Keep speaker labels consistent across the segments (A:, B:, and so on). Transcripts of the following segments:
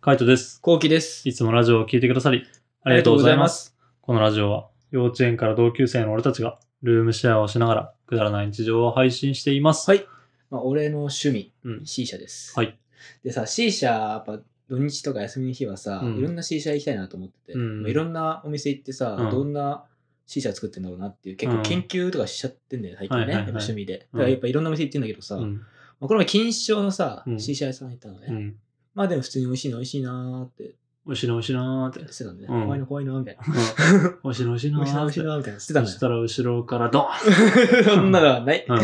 A: カイトです。
B: 後期です。
A: いつもラジオを聞いてくださり、ありがとうございます。このラジオは、幼稚園から同級生の俺たちが、ルームシェアをしながら、くだらない日常を配信しています。
B: はいまあ、俺の趣味、
A: うん。
B: C 社です。
A: はい。
B: でさ、C 社、やっぱ土日とか休みの日はさ、
A: うん
B: いろんな C 社行きたいなと思ってて、
A: うん
B: まあいろんなお店行ってさ、
A: うん
B: どんな C 社作ってんだろうなっていう、結
A: うん
B: 構研究とかしちゃってんだよ、最近ね。
A: はいはい
B: や
A: はい
B: っぱ趣味で。
A: うん
B: だからやっぱいろんなお店行ってんだけどさ、
A: う
B: ま
A: ん。
B: あ、この前、錦糸町のさ
A: う、ん
B: C 社屋さん行ったのね。
A: うん。
B: まあでも普通に美味しいの美味しいなーって
A: 美味しいな、美味しいなーって。
B: してたんで、ね
A: うん
B: 怖いの怖いのみたいな。
A: うん美味しいな、美味しい
B: 美
A: な
B: 味しい
A: ーっ
B: な美味しい
A: て。
B: なみたいなしてた
A: そ
B: のよ
A: し。たら、後ろからドン
B: そんなのはない。
A: うん。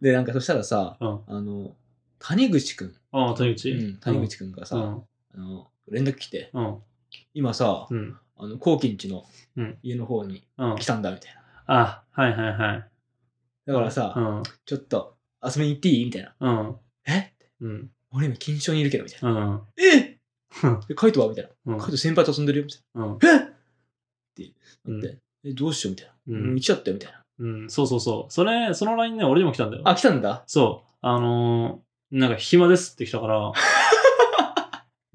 B: で、なんかそしたらさ、
A: うん。
B: あの、谷口くん。
A: ああ、谷口。
B: うん、谷口くんがさ、
A: うん。
B: あの連絡来て、
A: うん。
B: 今さ、
A: うん。
B: あの、高金地の
A: うん
B: 家の方に
A: うん
B: 来。たんだ、みたい
A: あ、はいはいはい。
B: な。だからさ、
A: うん。
B: ちょっと遊びに行っていいみたいな。
A: うん。
B: え
A: うん。
B: 俺今、金賞にいるけど、みたいな。
A: うん。
B: え
A: うん
B: で、カイトはみたいな。
A: うん
B: カイト先輩と遊んでるよ、みたい
A: うん。
B: な。えって
A: う
B: なっ
A: ん
B: て、え、どうしようみたいな。
A: うん
B: もう行っちゃったよ、みたいな。
A: うん。そうそうそう。それ、その LINE ね、俺にも来たんだよ。
B: あ、来たんだ。
A: そう。あのーなんか暇ですって来た から、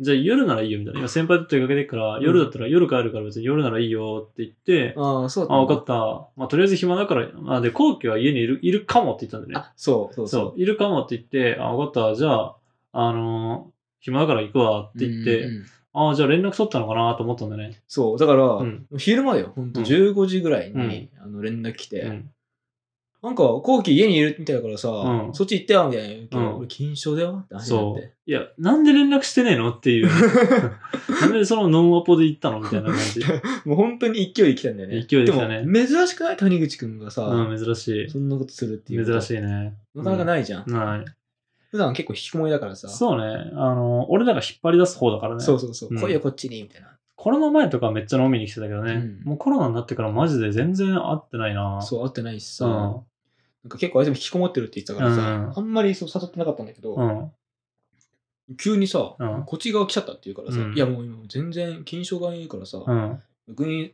A: じゃあ夜ならいいよみたいな。今先輩と出かけてるから、
B: うん
A: 夜だったら夜帰るから別に夜ならいいよって言って、
B: ああ、そうだ
A: あ、分か
B: っ
A: った。まあとりあえず暇だから、まあで、後期は家にいるいるかもって言ったんだよね。
B: あ、そう、そう、
A: そういるかもって言って、あ、分かった。じゃあ、あのー暇だから行くわって言って、
B: うんうん
A: あじゃあ連絡取ったのかなと思ったんだね。
B: そう、だから、
A: ん
B: 昼間だよ、ほんと、
A: うん
B: 15時ぐらいに、あの連絡来て、
A: うん。
B: なんか、後期家にいるみたいだからさ、
A: うん
B: そっち行ってよ、みたいな言うけど。
A: うん
B: 俺、金賞だよって話になっ
A: そ
B: て
A: う。。いや、なんで連絡してねえのって いう。なんでそのノンアポで行ったのみたいな感 じ。
B: もう本当に勢いで来たんだよね。
A: 勢いで来たね
B: でも、珍しくない谷口くんがさ、
A: うん、珍しい。
B: そんなことするっていう。
A: 珍し
B: い。
A: いね。
B: なかなかないじゃん。
A: ない。
B: 普段結構引きこもりだからさ。
A: そうね。あの、俺らが引っ張り出す方だからね。
B: そうそうそう。
A: うん
B: 来いよ、こっちに、みたいな。
A: コロナ前とかめっちゃ飲みに来てたけどね。
B: うん
A: もうコロナになってからマジで全然会ってないな。
B: そう、会ってないし
A: う
B: さ。
A: ん。う
B: なんか結構あいつも引きこもってるって言ってたからさ、
A: うん
B: あんまりそう誘ってなかったんだけど、
A: ん。
B: 急にさ、
A: うん
B: こっち側来ちゃったって言うからさ、
A: うん
B: いやもう今全然金賞がいいからさ、
A: うん。
B: 逆に、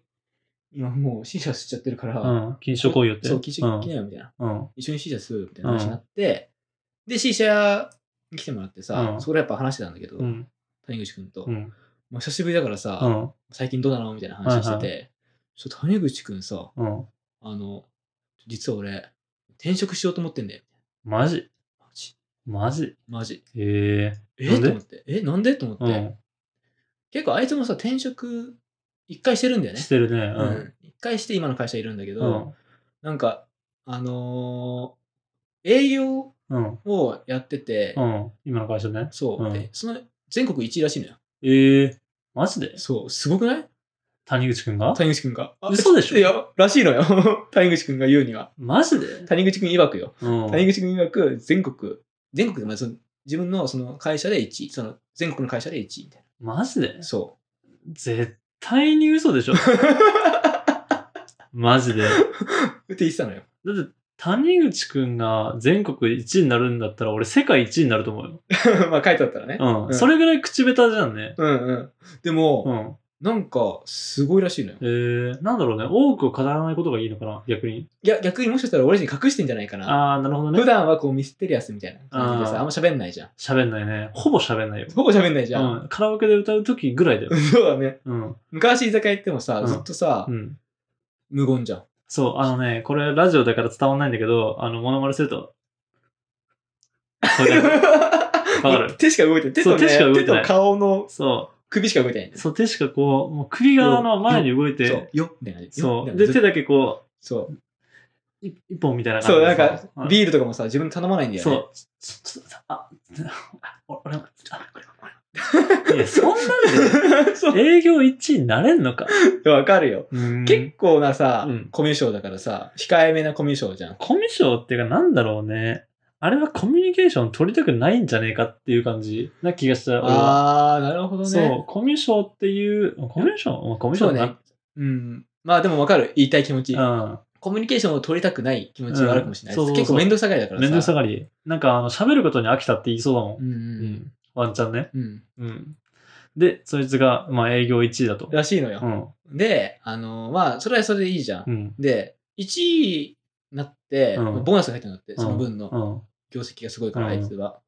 B: 今もう C 社しちゃってるから、
A: うん。禁止来いよって。
B: そう、金賞来
A: い
B: ないよ、みたいな。
A: うん。
B: 一緒に C 社するみたいな話になって、で、C 社に来てもらってさ、
A: うん
B: そこでやっぱ話してたんだけど、
A: うん。
B: 谷口くんと、
A: うん。うん。
B: もう久しぶりだからさ、
A: うん。
B: 最近どうなのみたいな話してて、ちょっと谷口くんさ、
A: うん。
B: あの、実は俺、転職しようと思ってんだよ。
A: マジ
B: マジ
A: マジ
B: マジ。
A: へえ。
B: え
A: なんで
B: と思って。えなんでと思って、
A: うん。
B: 結構あいつもさ、転職、一回してるんだよね
A: し。てるね。
B: う。
A: うん
B: 一回して今の会社いるんだけ
A: ん。う
B: ど、
A: ん。
B: なんか、あのー営業
A: うん。
B: をやってて、
A: うん。今の会社ね。
B: そう、
A: うん
B: でその全国1位らしいのよ。
A: ええ。マジで
B: そう、すごくない
A: 谷口くんが
B: 谷口くんが。あ
A: 嘘でしょ
B: いや、らしいのよ。 谷口くんが言うには。
A: マジで
B: 谷口くん曰くよ。
A: うん。
B: 谷口くん曰く、全国、全国で、まあ、その自分のその会社で1位、その全国の会社で1位みたい
A: マジで
B: な。そ
A: 絶対に嘘で しょマジで。だ
B: う。って言ってたのよ。
A: って、谷口くんが全国1位になるんだったら、俺世界1位になると思うよ。
B: まあ書いてあったらね。
A: うん。
B: うん
A: それぐらい口下手じゃんね。
B: うんうん。で
A: う
B: も、
A: ん。
B: なんか、すごいらしいのよ
A: え。ー、なんだろうね。多くを語らないことがいいのかな逆に。
B: いや、逆にもしかしたら俺たちに隠してんじゃないかな。
A: あー、なるほど
B: 普
A: ね。
B: 段はこうミステリアスみたいな感じで
A: あー
B: さ、あんま喋んないじゃん。
A: 喋んないね。ほぼ喋んないよ。
B: ほぼ喋んないじゃん。
A: うん。カラオケで歌う時ぐらいだよ。
B: そうだね。
A: うん。
B: 昔居酒屋行ってもさ、
A: うん
B: ずっとさ
A: う、ん。
B: 無言じゃん。
A: そう、あのね、これラジオだから伝わんないんだけど、あの、モノマネする と。これだよ わかる
B: 手しか動いてない。手
A: そ
B: と,、
A: う
B: ね、
A: 手しか動いてない
B: 手と顔の
A: そう。
B: 首しか動いてないんです。
A: そう、手しかこう、もう首側の前に動い
B: そ
A: て
B: う、。よみたいな感じ。
A: そ
B: よ
A: う。
B: みたい
A: で、
B: な
A: 手だけこ
B: そう。
A: う、い一本みたいな感じ
B: そう、
A: で
B: なん
A: さ
B: か、
A: うん
B: ビールとかもさ、自分頼まないんだよ
A: そ
B: ね。
A: う。ちょちょっと、あ、あお俺も、あ、これ、これ。いや、そんなん
B: そ
A: で営業1位になれんのか。
B: う。わかるよ。
A: 結
B: 結構なさ
A: うん、
B: コミュ障だからさ、控えめなコミュ障じゃん。
A: コミュ障っていうかなんだろうね。あれはコミュニケーション取りたくないんじゃねえかっていう感じな気がした。俺は
B: あー、なるほどね。
A: そう、コミュ障っていう、コミュ障まあコミュ
B: そう
A: 障だ
B: ね。うん。まあでもわかる。言いたい気持ち。
A: な。
B: コミュニケーションを取りたくない気持ちはあるかもしれない。
A: うんそうそうそう
B: 結構面倒さがりだ
A: う
B: から
A: ん。
B: さ。
A: めんどくさがり。なんか、あの、喋ることに飽きたって言いそうだもん。
B: う
A: う
B: んうん
A: ん。ワンチャンね。
B: うん。
A: うん。で、そいつが、まあ、営業1位だと。
B: らしいの
A: う
B: よ。
A: ん。
B: で、あの、まあ、それはそれでいいじゃん
A: う。ん。
B: で、1位になって、
A: うん
B: ボーナスが入ったんだって、その分
A: う
B: の
A: ん。
B: 業績がすごいから、
A: うん
B: あいつは。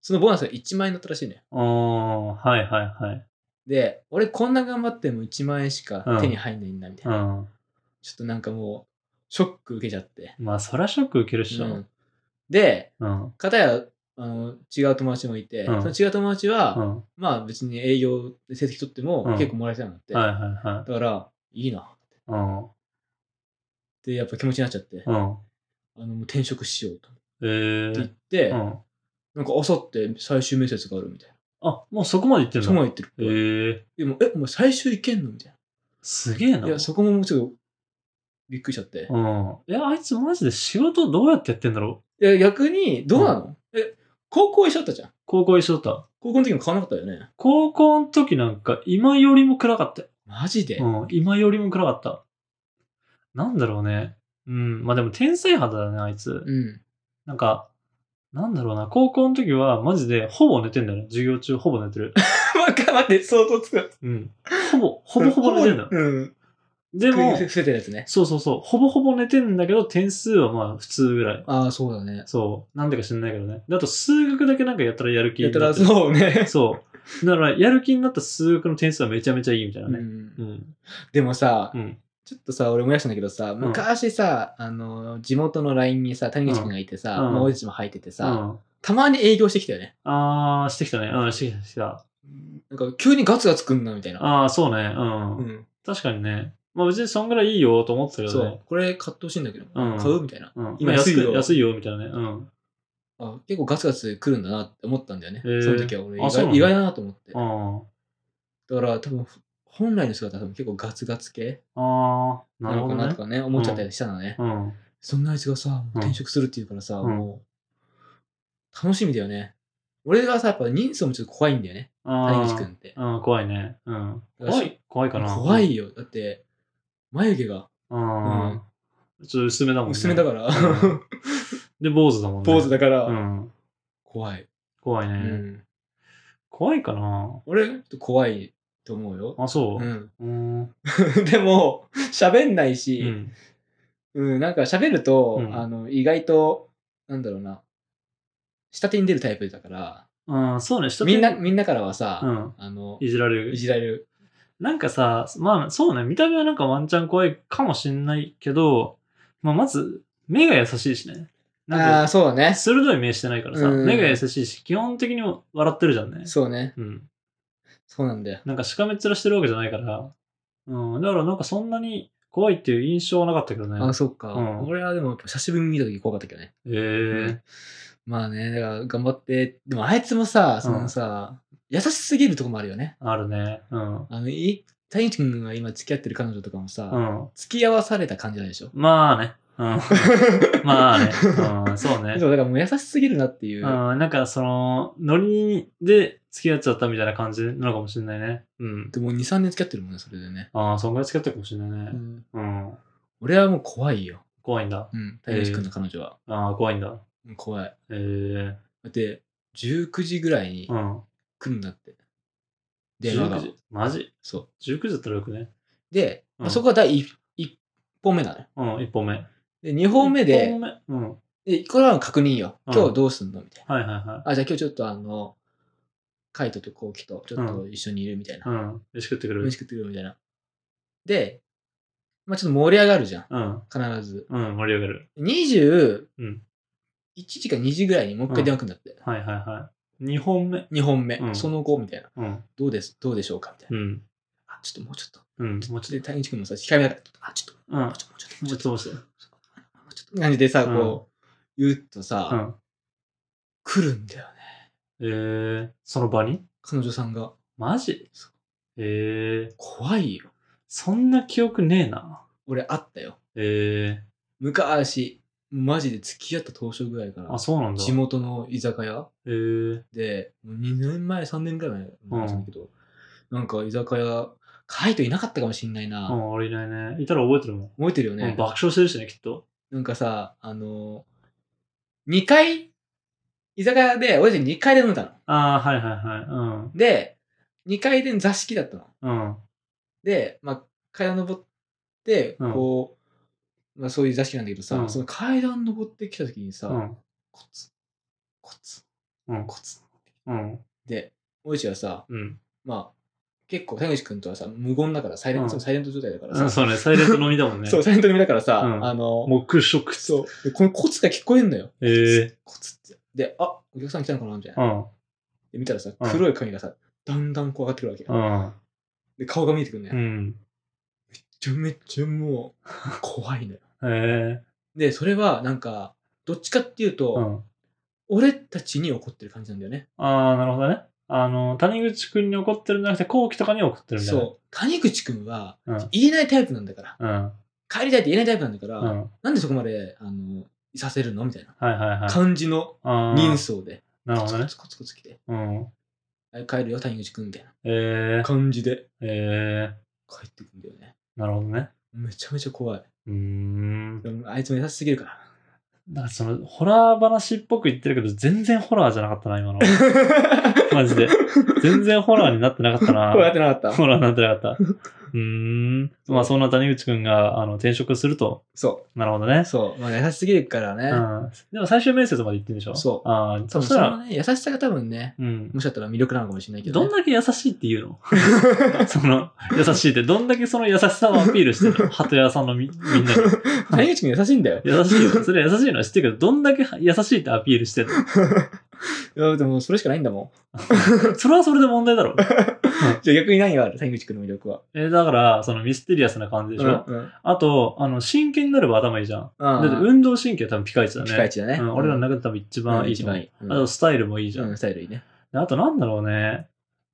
B: そのボーナスが1万円だったらしいね。
A: ああ、はいはいはい。
B: で、俺こんな頑張っても1万円しか手に入んないんだみたいうな。
A: ん。
B: ちょっとなんかもう、ショック受けちゃって。
A: まあ、そらショック受けるっしょ。
B: う
A: うん
B: んで、
A: うん。
B: 片やあの違う友達もいて、
A: うん
B: その違う友達は、
A: うん。
B: まあ別に営業で成績取っても
A: うん
B: 結構もらえたんだって。
A: はいはいは
B: だから、いいなっ
A: い。うん。
B: てやっぱ気持ちになっちゃって、
A: うん。
B: あのもう転職しようと
A: え
B: って言っ
A: ー。
B: て、
A: うん。
B: なんかあさって最終面接があるみたい
A: あ、もうそこまで行って
B: な。
A: ん
B: そこま
A: の
B: で言ってる。
A: えー。
B: でも、え、お前最終いけんのみたい
A: すげえな。
B: な。いや、そこももうちょっとびっくりしちゃって。
A: うん。いや、あいつマジで仕事どうやってやってんだろう
B: いや、逆に、どうなの、え、高校一緒だったじゃん。
A: 高校一緒だった。
B: 高校の時も買わなかったよね。
A: 高校の時なんか今よりも暗かったよ。
B: マジで、
A: うん。今よりも暗かった。なんだろうね。うん。まあでも天才肌だね、あいつ。
B: うん。
A: なんか、なんだろうな。高校の時はマジでほぼ寝てんだよね。授業中ほぼ寝てる。
B: わか待って、想像つく。
A: うん。ほぼ、ほぼほぼ 寝てんだよ。
B: うん。
A: で
B: で
A: も
B: も、、伏せてるやつね。
A: そうそうそう。ほぼほぼ寝てんだけど、点数はまあ普通ぐらい。
B: ああ、そうだね。
A: そう。なんでか知んないけどね。であと数学だけなんかやったらやる気
B: や
A: に
B: た
A: なっ
B: ら
A: てる
B: そうね。
A: そう。だから、やる気になった数学の点数はめちゃめちゃいいみたいな
B: う
A: ね。
B: ん
A: うん。
B: でもさ、
A: うん。
B: ちょっとさ、俺思い出したんだけどさ、昔さ、あの、地元の LINE にさ、谷口くんがいてさ、
A: うん
B: まあ、おじちも入ってて
A: う
B: さ、
A: ん。
B: たまに営業してきたよね。
A: あー、してきたね。うん、してきた、してきた。
B: なんか、急にガツガツくんな、みたいな。
A: あー、そうね。うん。
B: うん。
A: 確かにね。まあ別にそんぐらいいいよと思ってたけ
B: そ
A: どね
B: う。。これ買ってほしいんだけど、
A: うん
B: 買うみたいな。
A: うん。今
B: 今
A: 安
B: 安い
A: い
B: よ
A: よ。安いよ、みたいなね。うん。
B: あ結構ガツガツ来るんだなって思ったんだよね。
A: へー
B: その時は俺意
A: あそうなん
B: 外、
A: だ
B: 意外だなと思って。
A: あ
B: だから多分、本来の姿は多分結構ガツガツ系
A: ー。あー、な
B: な
A: る
B: の
A: ほ
B: か
A: ど
B: なと
A: ね。
B: かね、思っちゃったりしたのね。
A: うん。
B: そんなあいつがさ、もう転職するっていうからさ、
A: うん
B: もう、楽しみだよね。俺がさ、やっぱ人相もちょっと怖いんだよね。
A: あ
B: 谷口くん
A: ー。
B: って。
A: うん、怖いね。うん。
B: よし
A: 怖い怖いかな。
B: 怖。いよ。だって、眉毛が
A: うん。ちょっと薄めだもんね。
B: 薄めだから、
A: うんで、坊主だもんね。
B: ポーズだから、
A: うん。
B: 怖い。
A: 怖いうね。
B: ん
A: 怖いかな。
B: 俺、ちょっと怖いと思うよ。
A: あ、そうう。
B: ん、
A: うん。
B: でも、喋んないうし、
A: ん。
B: うん、なんか喋ると、
A: うん
B: あの、意外と、なんだろうな、下手に出るタイプだから、
A: うん、そうね、人
B: みんな、、みんなからはさ、
A: うん、
B: あの、
A: いじられる
B: い。じられる。
A: なんかさ、まあ、そうね、見た目はなんかワンチャン怖いかもしんないけど、まあ、まず、目が優しいしね。
B: あ
A: な
B: あ
A: ん
B: ー、そうだ
A: か、
B: ね。
A: 鋭い目してないからさ、
B: うん
A: 目が優しいし、基本的に笑ってるじゃんね。
B: そうね。
A: うん。
B: そうなんだよ。
A: なんか、しかめっ面してるわけじゃないから、うん、だからなんかそんなに怖いっていう印象はなかったけどね。
B: ああ、そっか。
A: うん
B: 俺はでも、久しぶりに見た時怖かったけどね。
A: ええー、
B: まあね、だから頑張って、でもあいつもさ、そのさ、優しすぎるとこもあるよね。
A: あるね。うん。
B: あの、い、谷口くんが今付き合ってる彼女とかもさ、
A: うん。
B: 付き合わされた感じなんでしょ。
A: まあね。うん。 まあね。うん、そう ね。
B: でもだからもう優しすぎるなっていう。
A: うん、なんかその、ノリで付き合っちゃったみたいな感じなのかもしれないね。うん。
B: でもう2、3年付き合ってるもんね、それでね。
A: ああ、そんぐらい付き合ったかもしれないね。うん。
B: 俺はもう怖いよ。
A: 怖いんだ。
B: うん。谷口くんの彼女は。
A: ああ、怖いんだ。
B: うん怖い。
A: ええー。
B: だって、19時ぐらいに
A: うん。
B: 来るんだって。電話が
A: 19。時。マジ
B: そ
A: ?19 時だったらよくね。
B: う。で、
A: うん
B: まあそこが第一一本目なのよ。
A: うん、1本目。1
B: で、2本目で、
A: 本目。うん。はい
B: で、これは確認よ。
A: うん
B: 今日どうすんのみたい
A: はいは
B: な。あ、じゃあ今日ちょっとあの、カイトとコウキとちょっと一緒にいるみたい
A: い。う
B: な。
A: ん。飯食ってくる
B: 飯。食ってくるみたいな。で、まあちょっと盛り上がるじゃん。
A: うん。
B: 必ず。
A: うん、盛り上がる。
B: 21
A: うん
B: 時か2時ぐらいにもう一回電話来るんだって。
A: はいはいはい。2本目。
B: 2本目、
A: うん
B: その後、みたいな。
A: うん。
B: どうです、どうでしょうかみたいな。
A: うん。
B: あ、ちょっともうちょっと。
A: うん。もうちょっ
B: で、谷口君もさ、控えめだから、あ、ちょっと、
A: と。うん
B: もう。ちょっと、もうちょっと、も
A: ちょっ
B: うちょっと、
A: と押して。
B: もうちょっと。感じでさ、
A: うん
B: こう、言うとさ、
A: うん。
B: 来るんだよね。
A: ええー。その場に
B: 彼女さんが。
A: マジ
B: そう
A: ええー。
B: 怖いよ。
A: そんな記憶ねえな。
B: 俺、あったよ。
A: え
B: 昔、マジで付き合った当初ぐらいか
A: え
B: ら
A: あ、、そうなんだ。
B: 地元の居酒屋
A: えー、
B: で、もう2年前、3年ぐらい前なんだけど、なんか居酒屋、カイトいなかったかもしんないな。
A: うん、俺いないね。いたら覚えてるもん。
B: 覚えてるよ
A: うん
B: ね。
A: 爆笑してるしね、きっと。
B: なんかさ、あのー、2階、居酒屋で、俺たち2階で飲んだの。
A: ああ、はいはいはい。
B: で、2階で座敷だったの。
A: うん。うん。
B: で、まあ、階段登って、
A: うん
B: こう、まあそういう座敷なんだけどさ、
A: うん
B: その階段登ってきた時にさ、
A: うん。
B: コツ、コツ、
A: うん
B: コツ、
A: うん。
B: で、大石はさ、
A: うん。
B: まあ、結構、谷口君とはさ、無言だから、サイレン
A: うん
B: ト、サイレント状態だから
A: うん
B: さ、
A: そうね、サイレント飲みだもんね。
B: そう、サイレント組だからさ、
A: うん
B: あの、
A: 黙食。
B: そう、でこのコツが聞こえんのよ。
A: ええ
B: コツって。で、あ、お客さん来たのかなみたいな。
A: うん。
B: で、見たらさ、
A: うん
B: 黒い髪がさ、だんだんこう上がってくるわけ。
A: うん。
B: で、顔が見えてくるね。
A: う
B: めっ
A: ん。
B: ちゃめっちゃも う、怖いのよ。
A: ええ
B: で、それは、なんか、どっちかっていうと、
A: うん。
B: 俺たちに怒ってる感じなんだよね。
A: ああ、なるほどね。あの、谷口くんに怒ってるんじゃなくて、後期とかに怒ってるみたいな。
B: そう。谷口くんは、
A: うん
B: 言えないタイプなんだから。
A: うん。
B: 帰りたいって言えないタイプなんだから、
A: うん。
B: なんでそこまで、あの、いさせるのみたいな。
A: はいはいはい。
B: 感じの
A: あー
B: 人相で、
A: なる
B: コ
A: ほ
B: ツ
A: ど
B: コ
A: ね。
B: ツコツコツ来て、
A: うん。
B: はい帰るよ、谷口くん、みたいな
A: ええ
B: 感じで
A: ええ
B: 帰ってくんだよね。
A: なるほどね。
B: めちゃめちゃ怖い。
A: うーん。
B: でもあいつも優しすぎるから。
A: なんかその、ホラー話っぽく言ってるけど、全然ホラーじゃなかったな、今の。マジで。全然ホラーになってなかった な。
B: こうやってなかった
A: ホラーになってなかった。うーん。まあ、そんな谷口くんが、あの、転職すると。
B: そ
A: なるほどね
B: う。。そう。まあ、優しすぎるから
A: う
B: ね。
A: ん。でも最終面接まで行ってんでしょ
B: そう
A: ああ、
B: 多
A: そ
B: 分
A: し
B: そ
A: た
B: の
A: ら、
B: ね、優しさが多分ね、
A: うん。
B: もしかしたら魅力なのかもしれないけど、
A: どん
B: ね。
A: だけ優しいって言うの その、優しいって、どんだけその優しさをアピールして るの鳩屋さんのみ、みんなに。
B: 谷口くん優しいんだよ。
A: 優しいよ。それ優しいのは知ってるけど、どんだけ優しいってアピールしてる
B: いや、でもそれしかないんだもん。
A: のそれはそれで問題 だろ。
B: じゃあ逆に何がある谷口くんの魅力は。
A: え、だから、そのミステリアスな感じでしょ、
B: うんうん
A: あと、あの、真剣になれば頭いいじゃん。だ
B: あ
A: って運動神経多分ピカイチだ
B: あ、
A: ね。
B: ピカイチだね。
A: うん、俺らの
B: 中
A: 中で多分一番いい
B: 一
A: と思う
B: 番いい。うん
A: あと、スタイルもいいじゃん。
B: うんスタイルいいね。
A: であと、なんだろうね。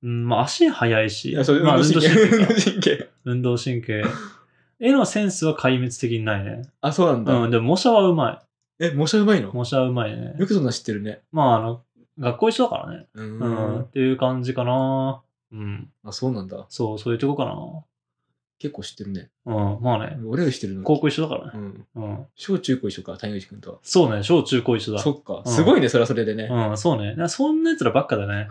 A: うん、まあ、足速いし。
B: いや、それ運
A: まあ、
B: 動
A: 運動
B: 神経
A: 神。経か。
B: 神経。
A: 運動神経。絵のセンスは壊滅的にないね。
B: あ、そうなんだ。
A: うん、でも模写はうま
B: え、模写うまいの
A: い。模写はうまいね。
B: よくそんな知ってるね。
A: まあ、あの、学校一緒だからね。
B: う
A: うん、っ
B: ん。
A: ていう感じかな。うん。
B: あ、そうなんだ。
A: そう、そういうとこか
B: 結構知ってるね。
A: な。うん、まあね。
B: 俺より知ってるの。
A: 高校一緒だから
B: う
A: ね。
B: ん。
A: うん。
B: 小中高一緒か、谷口くんと
A: そうね、小中高一緒
B: は。
A: だ。
B: そっか。
A: うん
B: すごいね、それはそれでね。
A: うん、そうね。なそんな奴らばっかだね。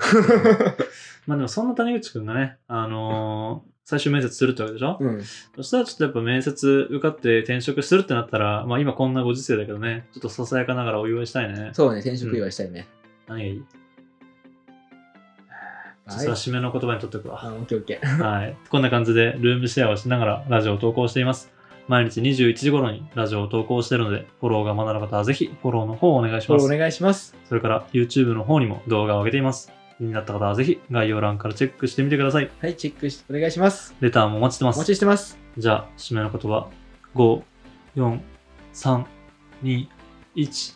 A: まあでも、そんな谷口くんがね、あのー最終面接するってわけでしょ、
B: うん。
A: そしたらちょっとやっぱ面接受かって転職するってなったら、まあ今こんなご時世だけどね、ちょっとささやかながらお祝いしたいね。
B: そうね、転職祝いしたいね。
A: 何がいい
B: は
A: そ
B: い
A: したら締めの言葉にとっておくわ。
B: あ、オッケーオッケー。
A: はい。こんな感じでルームシェアをしながらラジオを投稿しています。毎日21時頃にラジオを投稿しているので、フォローがまだの方はぜひフォローの方をお願いし
B: こ
A: ま
B: れ
A: す
B: お。願いします。
A: それから YouTube の方にも動画を上げています。気になった方はぜひ概要欄からチェックしてみてください。
B: はい、チェックしてお願いします。
A: レターもお待ちしてま
B: お待
A: す。
B: ちしてます。
A: じゃあ、締めの言葉。5、4、3、2、1。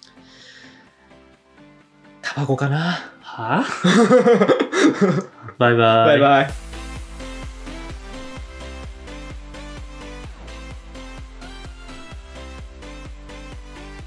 B: タバコかな。
A: はぁ、バイバイ。
B: バイバイ。